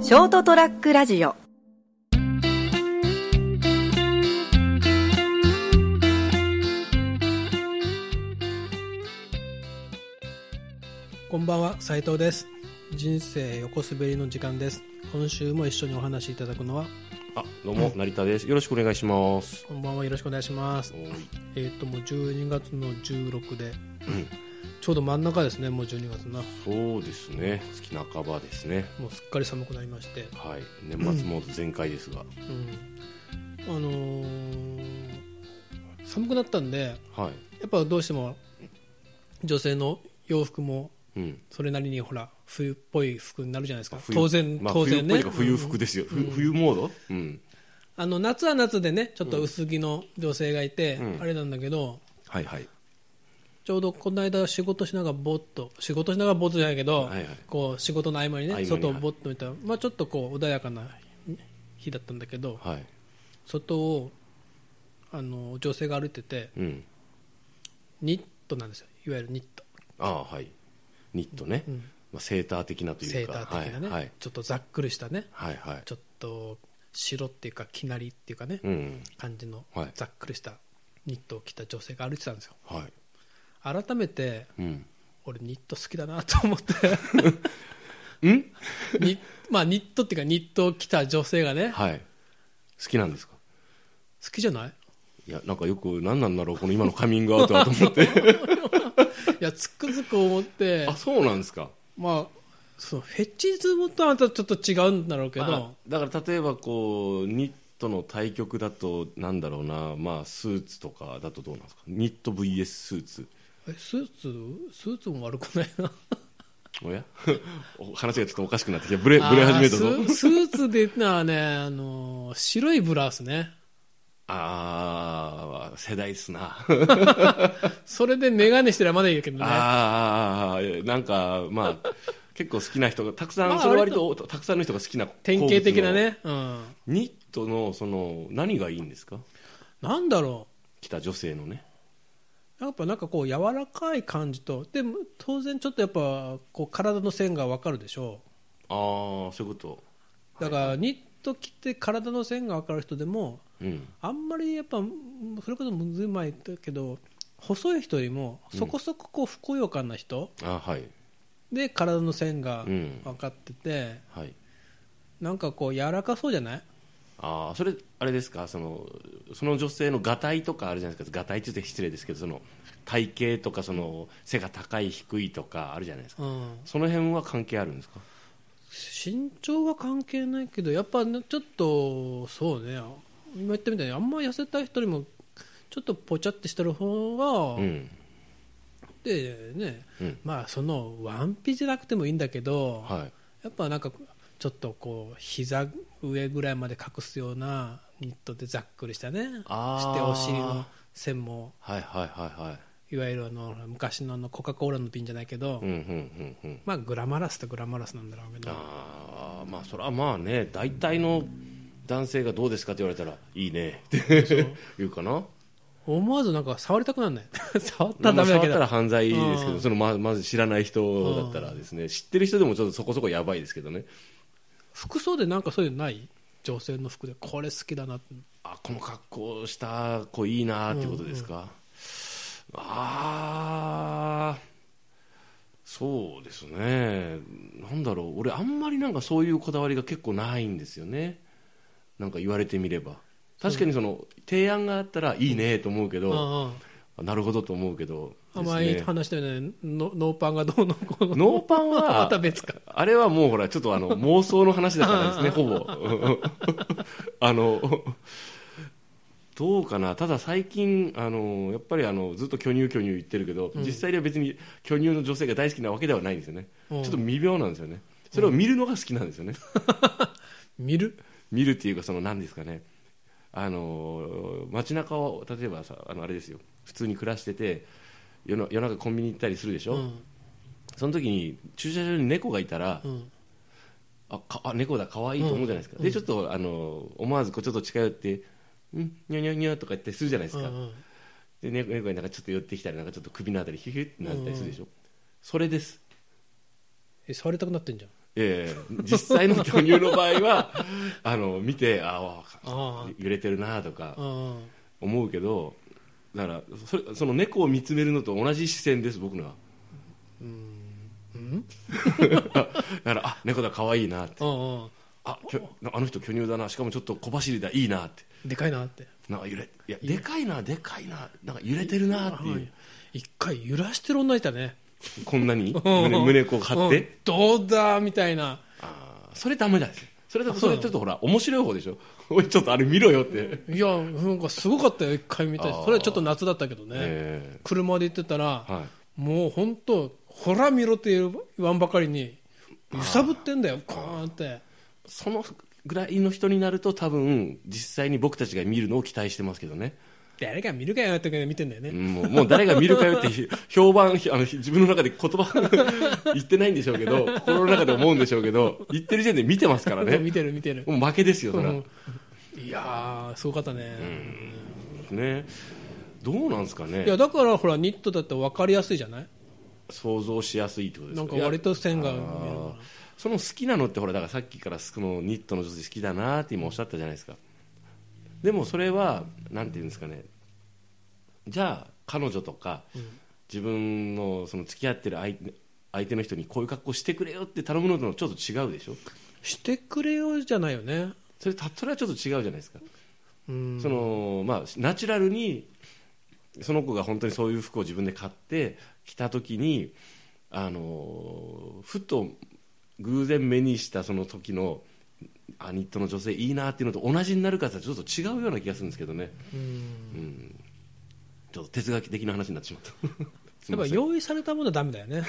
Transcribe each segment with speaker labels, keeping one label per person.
Speaker 1: ショートトラックラジオ
Speaker 2: こんばんは斉藤です人生横滑りの時間です今週も一緒にお話しいただくのは
Speaker 3: あ、どうも、成田です。よろしくお願いします。
Speaker 2: こんばんはよろしくお願いします
Speaker 3: おい
Speaker 2: えっ、ともう12月の16で、ちょうど真ん中ですねもう12月な
Speaker 3: そうですね。月半ばですね。
Speaker 2: もうすっかり寒くなりまして
Speaker 3: はい。年末モード全開です
Speaker 2: う
Speaker 3: が。
Speaker 2: んあのー寒くなったんで
Speaker 3: はい。
Speaker 2: やっぱどうしても女性の洋服も
Speaker 3: うん。
Speaker 2: それなりにほら冬っぽい服になるじゃないですか
Speaker 3: 冬
Speaker 2: 当然、
Speaker 3: まあ、
Speaker 2: 当然ね
Speaker 3: 冬っぽいというか冬服ですよ。ふ冬モードうん。
Speaker 2: あの夏は夏でねちょっと薄着の女性がいて、
Speaker 3: うん
Speaker 2: あれなんだけど
Speaker 3: はいはい。
Speaker 2: ちょうどこの間仕事しながらぼーっと仕事しながらぼーっとじゃないけど、
Speaker 3: はいはい
Speaker 2: こう仕事の合間にね
Speaker 3: 合間に
Speaker 2: 外をぼーっと見たら、まあ、ちょっとこう穏やかな日だったんだけど
Speaker 3: はい。
Speaker 2: 外をあの女性が歩いてて
Speaker 3: うん。
Speaker 2: ニットなんですよいわゆるニット
Speaker 3: ああ、はい。ニットね。まあ、セーター的なとい
Speaker 2: セー
Speaker 3: う
Speaker 2: タ
Speaker 3: か。
Speaker 2: ー的なね、
Speaker 3: はいはい。
Speaker 2: ちょっとざっくりしたね
Speaker 3: はいはい
Speaker 2: ちょっと白っていうかきなりっていうかね、
Speaker 3: うん。
Speaker 2: 感じの
Speaker 3: はい
Speaker 2: ざっくりしたニットを着た女性が歩いてたんですよ
Speaker 3: はい。
Speaker 2: 改めて
Speaker 3: うん。
Speaker 2: 俺ニット好きだなと思 って
Speaker 3: ん
Speaker 2: にまあ ニットっていうかニットを着た女性がね
Speaker 3: はい。好きなんですか
Speaker 2: 好きじゃない
Speaker 3: いや、なんかよく、何なんだろう、この今のカミングアウトはと 思って。
Speaker 2: いやつくづく思って
Speaker 3: あ、そうなんですか。
Speaker 2: まあそうフェチズムとはまたちょっと違うんだろうけ
Speaker 3: ま
Speaker 2: ど
Speaker 3: あだから例えばこうニットの対局だとなんだろうな、まあ、スーツとかだとどうなんですかニット VS スーツ
Speaker 2: えスーツスーツも悪くないな
Speaker 3: おや お話がちょっとおかしくなってきたブレブレ始めたぞ
Speaker 2: あーススーツで言ったのはねあの白いブラウスね
Speaker 3: ああ世代っすな
Speaker 2: それで眼鏡してりゃまだいいけどね
Speaker 3: あーあーなんかまあ結構好きな人がたくさん、
Speaker 2: まあ
Speaker 3: それ割とたくさんの人が好きな
Speaker 2: 典型的な
Speaker 3: 好
Speaker 2: ねうん
Speaker 3: 物のニットのその何がいいんですか
Speaker 2: なんだろう
Speaker 3: 着た女性のね
Speaker 2: やっぱなんかこう柔らかい感じとでも当然ちょっとやっぱこう体の線がわかるでしょ
Speaker 3: ああそういうこと
Speaker 2: うだからニット着て体の線がわかる人でも
Speaker 3: うん
Speaker 2: あんまりやっぱうんそれこそむずい前だけど細い人よりもそこそここうふくよかな人
Speaker 3: あーはい
Speaker 2: で体の線が
Speaker 3: うん
Speaker 2: 分かってて
Speaker 3: はい
Speaker 2: なんかこう柔らかそうじゃない
Speaker 3: ああそれあれですかそのその女性のがたいとかあるじゃないですかがたいって言って失礼ですけどその体型とかその背が高い低いとかあるじゃないですか
Speaker 2: うん
Speaker 3: その辺は関係あるんですか
Speaker 2: 身長は関係ないけどやっぱねちょっとそうね今言ったみたいにあんま痩せた人よりもちょっとぽちゃってしてる方が、
Speaker 3: うん
Speaker 2: でね、
Speaker 3: うん
Speaker 2: まあそのワンピじゃなくてもいいんだけど、
Speaker 3: はい
Speaker 2: やっぱなんかちょっとこう膝上ぐらいまで隠すようなニットでざっくりしたね
Speaker 3: あ
Speaker 2: し
Speaker 3: ー
Speaker 2: てお尻の線も
Speaker 3: はいはいはいはい
Speaker 2: わゆるあの昔のあのコカ・コーラの瓶じゃないけど、
Speaker 3: いうんうんうんうん
Speaker 2: まあグラマラスとグラマラスなんだろうけど
Speaker 3: ああまあそれはまあね大体の男性がどうですかって言われたらいいねって言うかな
Speaker 2: 思わずなんか触りたくなんない触った
Speaker 3: ま
Speaker 2: らダ
Speaker 3: あ
Speaker 2: メだ
Speaker 3: 触
Speaker 2: け
Speaker 3: った
Speaker 2: ど
Speaker 3: ら犯罪ですけ
Speaker 2: う
Speaker 3: どそのままず知らない人だったらですね知ってる人でもちょっとそこそこやばいですけどね
Speaker 2: 服装でなんかそういうのない女性の服でこれ好きだなって
Speaker 3: あこの格好した子いいなーってことですか、ああそうですねなんだろう俺あんまりなんかそういうこだわりが結構ないんですよねなんか言われてみれば確かにその提案があったらいいねと思うけ
Speaker 2: うんう
Speaker 3: ど、
Speaker 2: ん
Speaker 3: なるほどと思うけど
Speaker 2: あまり
Speaker 3: ですね
Speaker 2: 話したよねノノーパンがどうのこうの
Speaker 3: ノーパ ン
Speaker 2: ま
Speaker 3: は
Speaker 2: た別か
Speaker 3: あれはもうほら、ちょっとあの、妄想の話だからで すね、ほぼ。 あの、どうかな、ただ最近、あの、やっぱりあの、ずっと巨乳巨乳言ってるけど、実際には別に巨乳の女性が大好きなわけではないんですよね。
Speaker 2: うん
Speaker 3: ちょっと微妙なんですよね。それを見るのが好きなんですよね。
Speaker 2: 見る
Speaker 3: 見るっていうか、その、何ですかね。あの、街中を、例えばさ、あの、あれですよ、普通に暮らしてて、夜の夜中コンビニ行ったりするでしょ、
Speaker 2: うん
Speaker 3: その時に駐車場に猫がいたら、
Speaker 2: うん
Speaker 3: あかあ猫だ可愛いと思うじゃないですか、でちょっとあの思わずこうちょっと近寄って「うんにゃにゃにゃ」とか言ってするじゃないで
Speaker 2: う
Speaker 3: す
Speaker 2: んう
Speaker 3: か、
Speaker 2: ん
Speaker 3: で猫猫になんかちょっと寄ってきたりなんかちょっと首のあたりヒュヒュってなったりするでしょ、それです
Speaker 2: え触りたくなってんじゃん
Speaker 3: えええ実際の巨乳の場合は あの見てあ
Speaker 2: あ
Speaker 3: あ揺れてるなとか
Speaker 2: あうん
Speaker 3: 思うけどだからそれその猫を見つめるのと同じ視線です僕のは
Speaker 2: うん
Speaker 3: だからあ猫だ可愛いなって
Speaker 2: うんうん
Speaker 3: あきょあの人巨乳だなしかもちょっと小走りだいいなって
Speaker 2: でかいなって
Speaker 3: なんか揺れいやでかいなでかいななんか揺れてるなっていう、
Speaker 2: はい一回揺らしてる女いたね
Speaker 3: こんな に
Speaker 2: うん
Speaker 3: 胸胸こう張っ
Speaker 2: うん
Speaker 3: て
Speaker 2: どうだみたいな
Speaker 3: あーそれダメだですよそれだ
Speaker 2: あ
Speaker 3: そ
Speaker 2: そうな
Speaker 3: れ
Speaker 2: の
Speaker 3: ちょっとほら面白い方でしょ おいちょっとあれ見ろよって、
Speaker 2: いやなんかすごかったよ一回見たし
Speaker 3: あー
Speaker 2: それはちょっと夏だったけどね、
Speaker 3: え
Speaker 2: 車で行ってたら、
Speaker 3: えはい
Speaker 2: もう本当ほら見ろって言わんばかりに揺さぶってんだよコーンって
Speaker 3: そのぐらいの人になると多分実際に僕たちが見るのを期待してますけどね
Speaker 2: 誰が見るかよって見てんだよね、
Speaker 3: うんもうもう誰が見るかよってひ 評判ひあのひ自分の中で言葉 言ってないんでしょうけど心の中で思うんでしょうけど言ってる時点で見てますからね
Speaker 2: 見てる見てる、
Speaker 3: もう負けですよそれは、
Speaker 2: うんいやーすごかったね、
Speaker 3: ねどうなんですかね
Speaker 2: いやだからほらニットだって分かりやすいじゃない
Speaker 3: 想像しやすいってことです
Speaker 2: な
Speaker 3: よ
Speaker 2: んか
Speaker 3: いや
Speaker 2: 割と線が
Speaker 3: あ
Speaker 2: 見える
Speaker 3: ーその好きなのってほらだからさっきからそのニットの女性好きだなって今おっしゃったじゃないですかでもそれはなんていうんですかねじゃあ彼女とか自分のその付き合ってる相手相手の人にこういう格好してくれよって頼むのとちょっと違うでしょ
Speaker 2: してくれよじゃないよね
Speaker 3: それたそれはちょっと違うじゃないですか
Speaker 2: うん
Speaker 3: そのまあナチュラルにその子が本当にそういう服を自分で買って着た時にあのふと偶然目にしたその時のあニットの女性いいなっていうのと同じになるかって言ったらちょっと違うような気がするんですけどね
Speaker 2: うん
Speaker 3: うんちょっと哲学的な話になってしまった すい
Speaker 2: やっ
Speaker 3: ま
Speaker 2: ぱ
Speaker 3: せん
Speaker 2: 用意されたものはダメだよ ね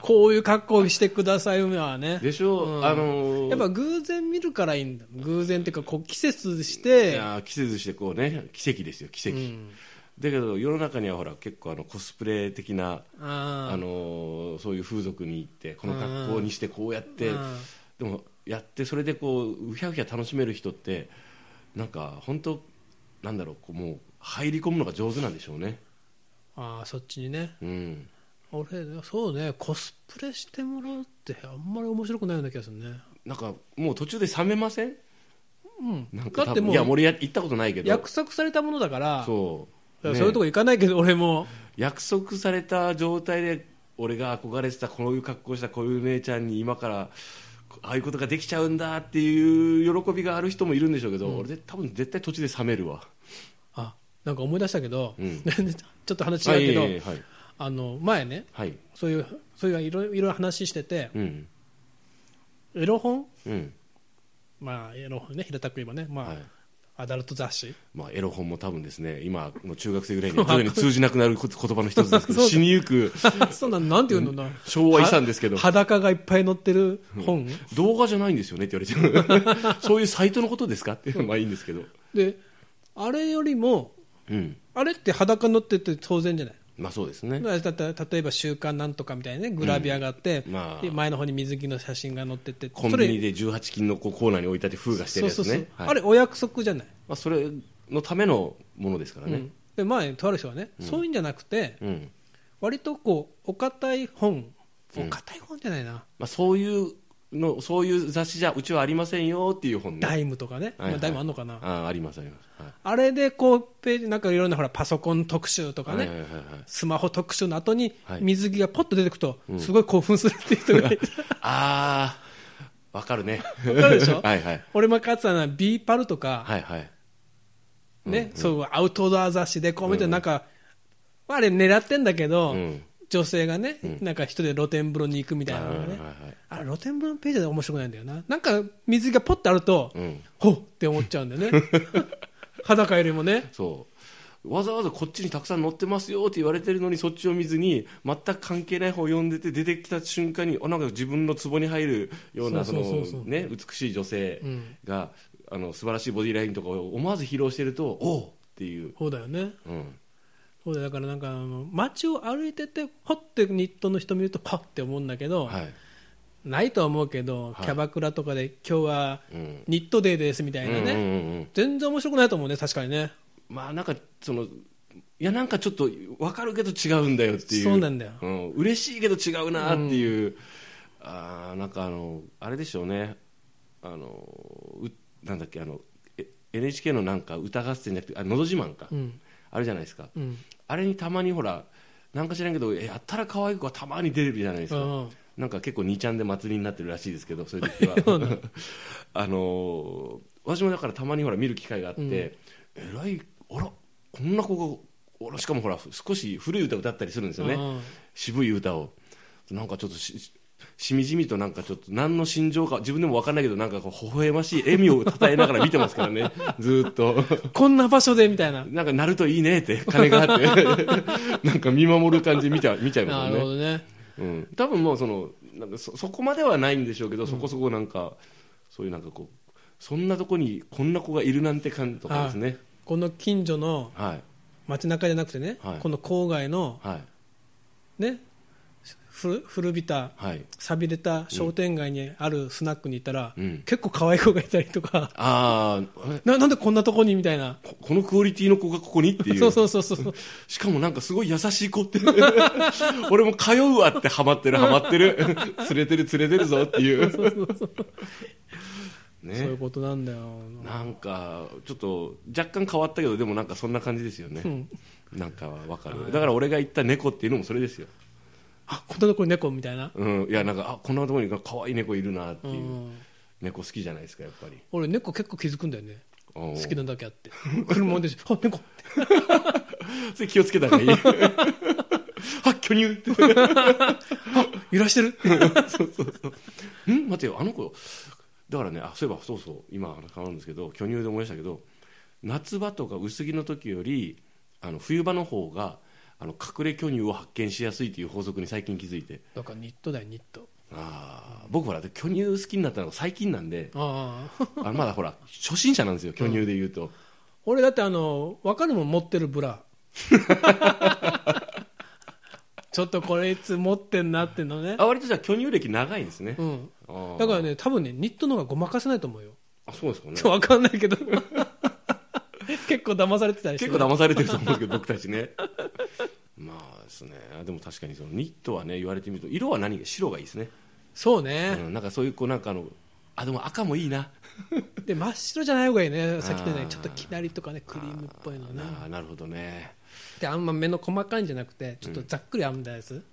Speaker 2: こういう格好してくださいはね
Speaker 3: でしょ、
Speaker 2: うん
Speaker 3: あの
Speaker 2: やっぱ偶然見るからいいんだ偶然っていうかこう季節し
Speaker 3: い
Speaker 2: て
Speaker 3: や着せずしてこうね奇跡ですよ奇
Speaker 2: う
Speaker 3: 跡、
Speaker 2: ん
Speaker 3: だけど世の中にはほら結構あのコスプレ的な
Speaker 2: あー
Speaker 3: あのーそういう風俗に行ってこの格好にしてこうやって、
Speaker 2: うん
Speaker 3: でもやってそれでこううひゃうひゃ楽しめる人ってなんか本当なんだろうこうもう入り込むのが上手なんでしょうね
Speaker 2: あーそっちにね
Speaker 3: うん
Speaker 2: 俺そうねコスプレしてもらうってあんまり面白くないような気がするね
Speaker 3: なんかもう途中で冷めません
Speaker 2: うん
Speaker 3: なんか
Speaker 2: だっても
Speaker 3: 多分いや
Speaker 2: う
Speaker 3: 俺や行ったことないけど
Speaker 2: 約束されたものだからそう
Speaker 3: そう、
Speaker 2: そう
Speaker 3: ね
Speaker 2: いうとこ行かないけど俺も
Speaker 3: 約束された状態で俺が憧れてたこういう格好したこういう姉ちゃんに今からああいうことができちゃうんだっていう喜びがある人もいるんでしょうけど、俺で多分絶対途中で冷めるわ
Speaker 2: あなんか思い出したけど、
Speaker 3: う ん
Speaker 2: ちょっと話違うけど、
Speaker 3: はいはいはい
Speaker 2: あの前ね
Speaker 3: はい
Speaker 2: そういうそういういろいろいろ話してて、
Speaker 3: うん
Speaker 2: エロ本
Speaker 3: うん
Speaker 2: まあエロ本ね平たく言えばね、まあ
Speaker 3: はい
Speaker 2: アダルト雑誌
Speaker 3: まあエロ本も多分ですね今の中学生ぐらいに徐々に通じなくなる言葉の一つですけど
Speaker 2: そう
Speaker 3: 死にゆく
Speaker 2: そうなんなんていうのな
Speaker 3: 昭和遺産ですけど
Speaker 2: は裸がいっぱい載ってる本、
Speaker 3: 動画じゃないんですよねって言われてそういう サイトのことですかってまあいいんですけど
Speaker 2: であれよりも
Speaker 3: うん
Speaker 2: あれって裸載ってて当然じゃない
Speaker 3: まあそうですね
Speaker 2: だからた例えば「週刊なんとか」みたいなねグラビアがあって、
Speaker 3: うんまあ
Speaker 2: で前の方に水着の写真が載ってて
Speaker 3: コンビニで18金のこうコーナーに置いたって風がして
Speaker 2: そ
Speaker 3: る
Speaker 2: れ
Speaker 3: やつ
Speaker 2: そうそうそう
Speaker 3: ね、はい
Speaker 2: あれお約束じゃない、
Speaker 3: まあ、それのためのものですから
Speaker 2: う
Speaker 3: ね
Speaker 2: んで前とある人はね、そういうんじゃなくて
Speaker 3: うん、
Speaker 2: 割とこうお堅い本
Speaker 3: う
Speaker 2: お
Speaker 3: ん
Speaker 2: 堅い本じゃないな、
Speaker 3: まあ、そういうのそういう雑誌じゃうちはありませんよっていう本ね
Speaker 2: ダイムとかね、
Speaker 3: はいはい
Speaker 2: まあ、ダイムあんのかな、
Speaker 3: あありますあります、はい
Speaker 2: あれでこうページなんかいろんなほらパソコン特集とかね、
Speaker 3: はいはいはいはい
Speaker 2: スマホ特集の後に
Speaker 3: はい
Speaker 2: 水着がポッと出てくると、すごい興奮するっていう人がい て、
Speaker 3: ああわかるね
Speaker 2: わかるでしょ
Speaker 3: はいはい
Speaker 2: 俺もかつては B パルとか、
Speaker 3: はいはい
Speaker 2: ねそうアウトドア雑誌でこう見て、なんか、まあ、あれ狙ってんだけど、
Speaker 3: うん
Speaker 2: 女性がね、なんか一人で露天風呂に行くみたいなのがね、
Speaker 3: はいはいはい
Speaker 2: あれ露天風呂のページで面白くないんだよな、なんか水着がポッとあると、
Speaker 3: うん
Speaker 2: ほっって思っちゃうんだ よね、裸よりもね、
Speaker 3: そうわざわざこっちにたくさん載ってますよって言われてるのにそっちを見ずに全く関係ない方を読んでて出てきた瞬間にあなんか自分の壺に入るようなそ
Speaker 2: そうそうそうそう
Speaker 3: のね美しい女性が、あの素晴らしいボディラインとかを思わず披露してるとおおっていう、
Speaker 2: そうだよね。
Speaker 3: うん、
Speaker 2: そうだよだからなんかあの街を歩いててほってニットの人見るとパッて思うんだけど、
Speaker 3: はい、
Speaker 2: ないとは思うけど、
Speaker 3: はい
Speaker 2: キャバクラとかで今日は
Speaker 3: うん
Speaker 2: ニットデーですみたいなね、
Speaker 3: うんうんうんうん
Speaker 2: 全然面白くないと思うね確かにね
Speaker 3: まあなんかそのいやなんかちょっと分かるけど違うんだよっていう
Speaker 2: そうなんだよ
Speaker 3: うん、嬉しいけど違うなっていう、ああなんかあのあれでしょうねあのうなんだっけあのえ NHK のなんか歌合戦じゃなくてあ「のど自慢か」
Speaker 2: うん
Speaker 3: あるじゃないですか、
Speaker 2: うん
Speaker 3: あれにたまにほらなんか知らんけどえやったら可愛い子がたまに出るじゃないですか、
Speaker 2: うん
Speaker 3: なんか結構2ちゃんで祭りになってるらしいですけどそういう時は あのー私もだからたまにほら見る機会があって、えらいあらこんな子があらしかもほら少し古い歌歌ったりするんですよね、
Speaker 2: うん
Speaker 3: 渋い歌をなんかちょっとしししみじみとなんかちょっと何の心情か自分でも分かんないけどなんかこう微笑ましい笑みをたたえながら見てますから ねずーっと。
Speaker 2: こんな場所でみたいな
Speaker 3: なんかなるといいねって金があって なんか見守る感じ見ちゃ見ちゃいま
Speaker 2: な
Speaker 3: す
Speaker 2: る
Speaker 3: よ
Speaker 2: ほ
Speaker 3: ね、
Speaker 2: どね
Speaker 3: うん、多分もうそのなんかそそこまではないんでしょうけど、そこそこなんかそういうなんかこうそんなとこにこんな子がいるなんて感とかですね
Speaker 2: この近所の
Speaker 3: はい
Speaker 2: 街中じゃなくてね、
Speaker 3: はい
Speaker 2: この郊外の
Speaker 3: はい
Speaker 2: ね古古びた
Speaker 3: はい
Speaker 2: 寂れた商店街にあるスナックに行ったら、
Speaker 3: うん
Speaker 2: 結構可愛い子がいたりとか
Speaker 3: ああえ
Speaker 2: ななんでこんなとこにみたいな
Speaker 3: ここのクオリティの子がここにっていう
Speaker 2: そうそうそうそう
Speaker 3: しかもなんかすごい優しい子って 俺も通うわってハマってるハマってる連れてる連れてるぞっていうね
Speaker 2: そういうことなんだよ、
Speaker 3: なんかちょっと若干変わったけどでもなんかそんな感じですよね、
Speaker 2: うん、
Speaker 3: なんかわかるだから俺が言った猫っていうのもそれですよ、
Speaker 2: あこんなとこに猫みたいな、
Speaker 3: うん、いやなんかあこんなところに可愛い猫いるなって
Speaker 2: う
Speaker 3: いう、
Speaker 2: ん、
Speaker 3: 猫好きじゃないですかやっぱり
Speaker 2: 俺猫結構気づくんだよね
Speaker 3: 好
Speaker 2: 好きなだけあって車であ猫
Speaker 3: それ気をつけた方がい いあ巨乳って
Speaker 2: 揺らしてる
Speaker 3: ん待てよあの子だからねあそういえばそうそう今変わるんですけど巨乳で思い出したけど夏場とか薄着の時よりあの冬場の方があの隠れ巨乳を発見しやすいという法則に最近気づいて
Speaker 2: だからニットだよニット
Speaker 3: ああ僕ほらで巨乳好きになったのが最近なんで
Speaker 2: ああ
Speaker 3: あまだほら初心者なんですよ巨乳で言うと、
Speaker 2: 俺だってあの分かるもん持ってるブ ラちょっとこれいつ持ってんなってのね
Speaker 3: あ割とじゃあ巨乳歴長いんですね、
Speaker 2: うん
Speaker 3: あー
Speaker 2: だからね多分ねニットの方がごまかせないと思うよ
Speaker 3: あそうですかね
Speaker 2: 分かんないけど結構騙されてたりして
Speaker 3: 結
Speaker 2: ね、
Speaker 3: 構騙されてると思うんですけど僕たちねまあですねでも確かにそのニットはね言われてみると色は何が白がいいですね、
Speaker 2: そうね、
Speaker 3: うん、なんかそういうこうなんかあのあでも赤もいいな
Speaker 2: で真っ白じゃない方がいいねさっき言ったよう
Speaker 3: あー
Speaker 2: にちょっときなりとかねクリームっぽいのね
Speaker 3: あーなるほどね
Speaker 2: であんま目の細かいんじゃなくてちょっとざっくり編んだやつ、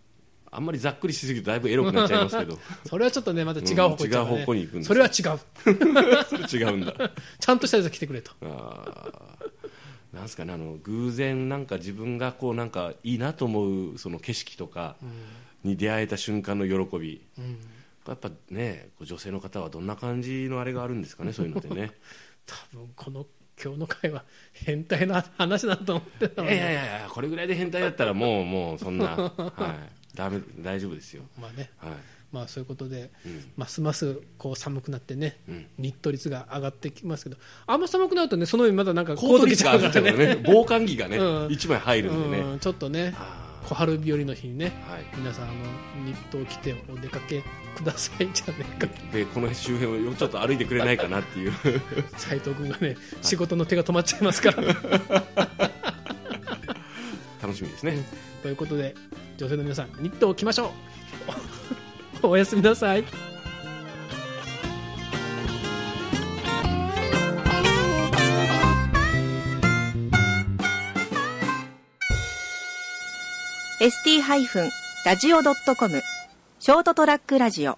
Speaker 3: あんまりざっくりしすぎるとだいぶエロくなっちゃいますけど
Speaker 2: それはちょっとねまた違う方向行っちゃうからね
Speaker 3: うん違う方向に行くんです
Speaker 2: それは違う
Speaker 3: それ違うんだ
Speaker 2: ちゃんとしたやつ来てくれと
Speaker 3: あーなんですかねあの偶然なんか自分がこうなんかいいなと思うその景色とかに出会えた瞬間の喜び、やっぱねこう女性の方はどんな感じのあれがあるんですかねそういうのってね
Speaker 2: 多分この今日の会は変態な話だと思って
Speaker 3: い
Speaker 2: た
Speaker 3: や
Speaker 2: の
Speaker 3: い
Speaker 2: に
Speaker 3: やいやいやこれぐらいで変態だったらもうもうそんな、はい、ダメ大丈夫ですよ、
Speaker 2: まあね
Speaker 3: はい、
Speaker 2: まあそういうことで、ますますこう寒くなってね、ニット率が上がってきますけどあんま寒くなるとねその上まだなんか
Speaker 3: コート
Speaker 2: 着
Speaker 3: 率が上がっちゃうからね 防寒着がね、
Speaker 2: うん
Speaker 3: 一枚入るんでね、
Speaker 2: うんちょっとね
Speaker 3: あ
Speaker 2: 小春日和の日にね
Speaker 3: ーはい
Speaker 2: 皆さんあのニットを着てお出かけくださいじゃねえか
Speaker 3: でこの周辺をよちょっと歩いてくれないかなっていう
Speaker 2: 斉藤君がね仕事の手が止まっちゃいますから
Speaker 3: 楽しみですね、
Speaker 2: ということで女性の皆さんニットを着ましょうおやすみなさい
Speaker 1: ST-radio.com ショートトラックラジオ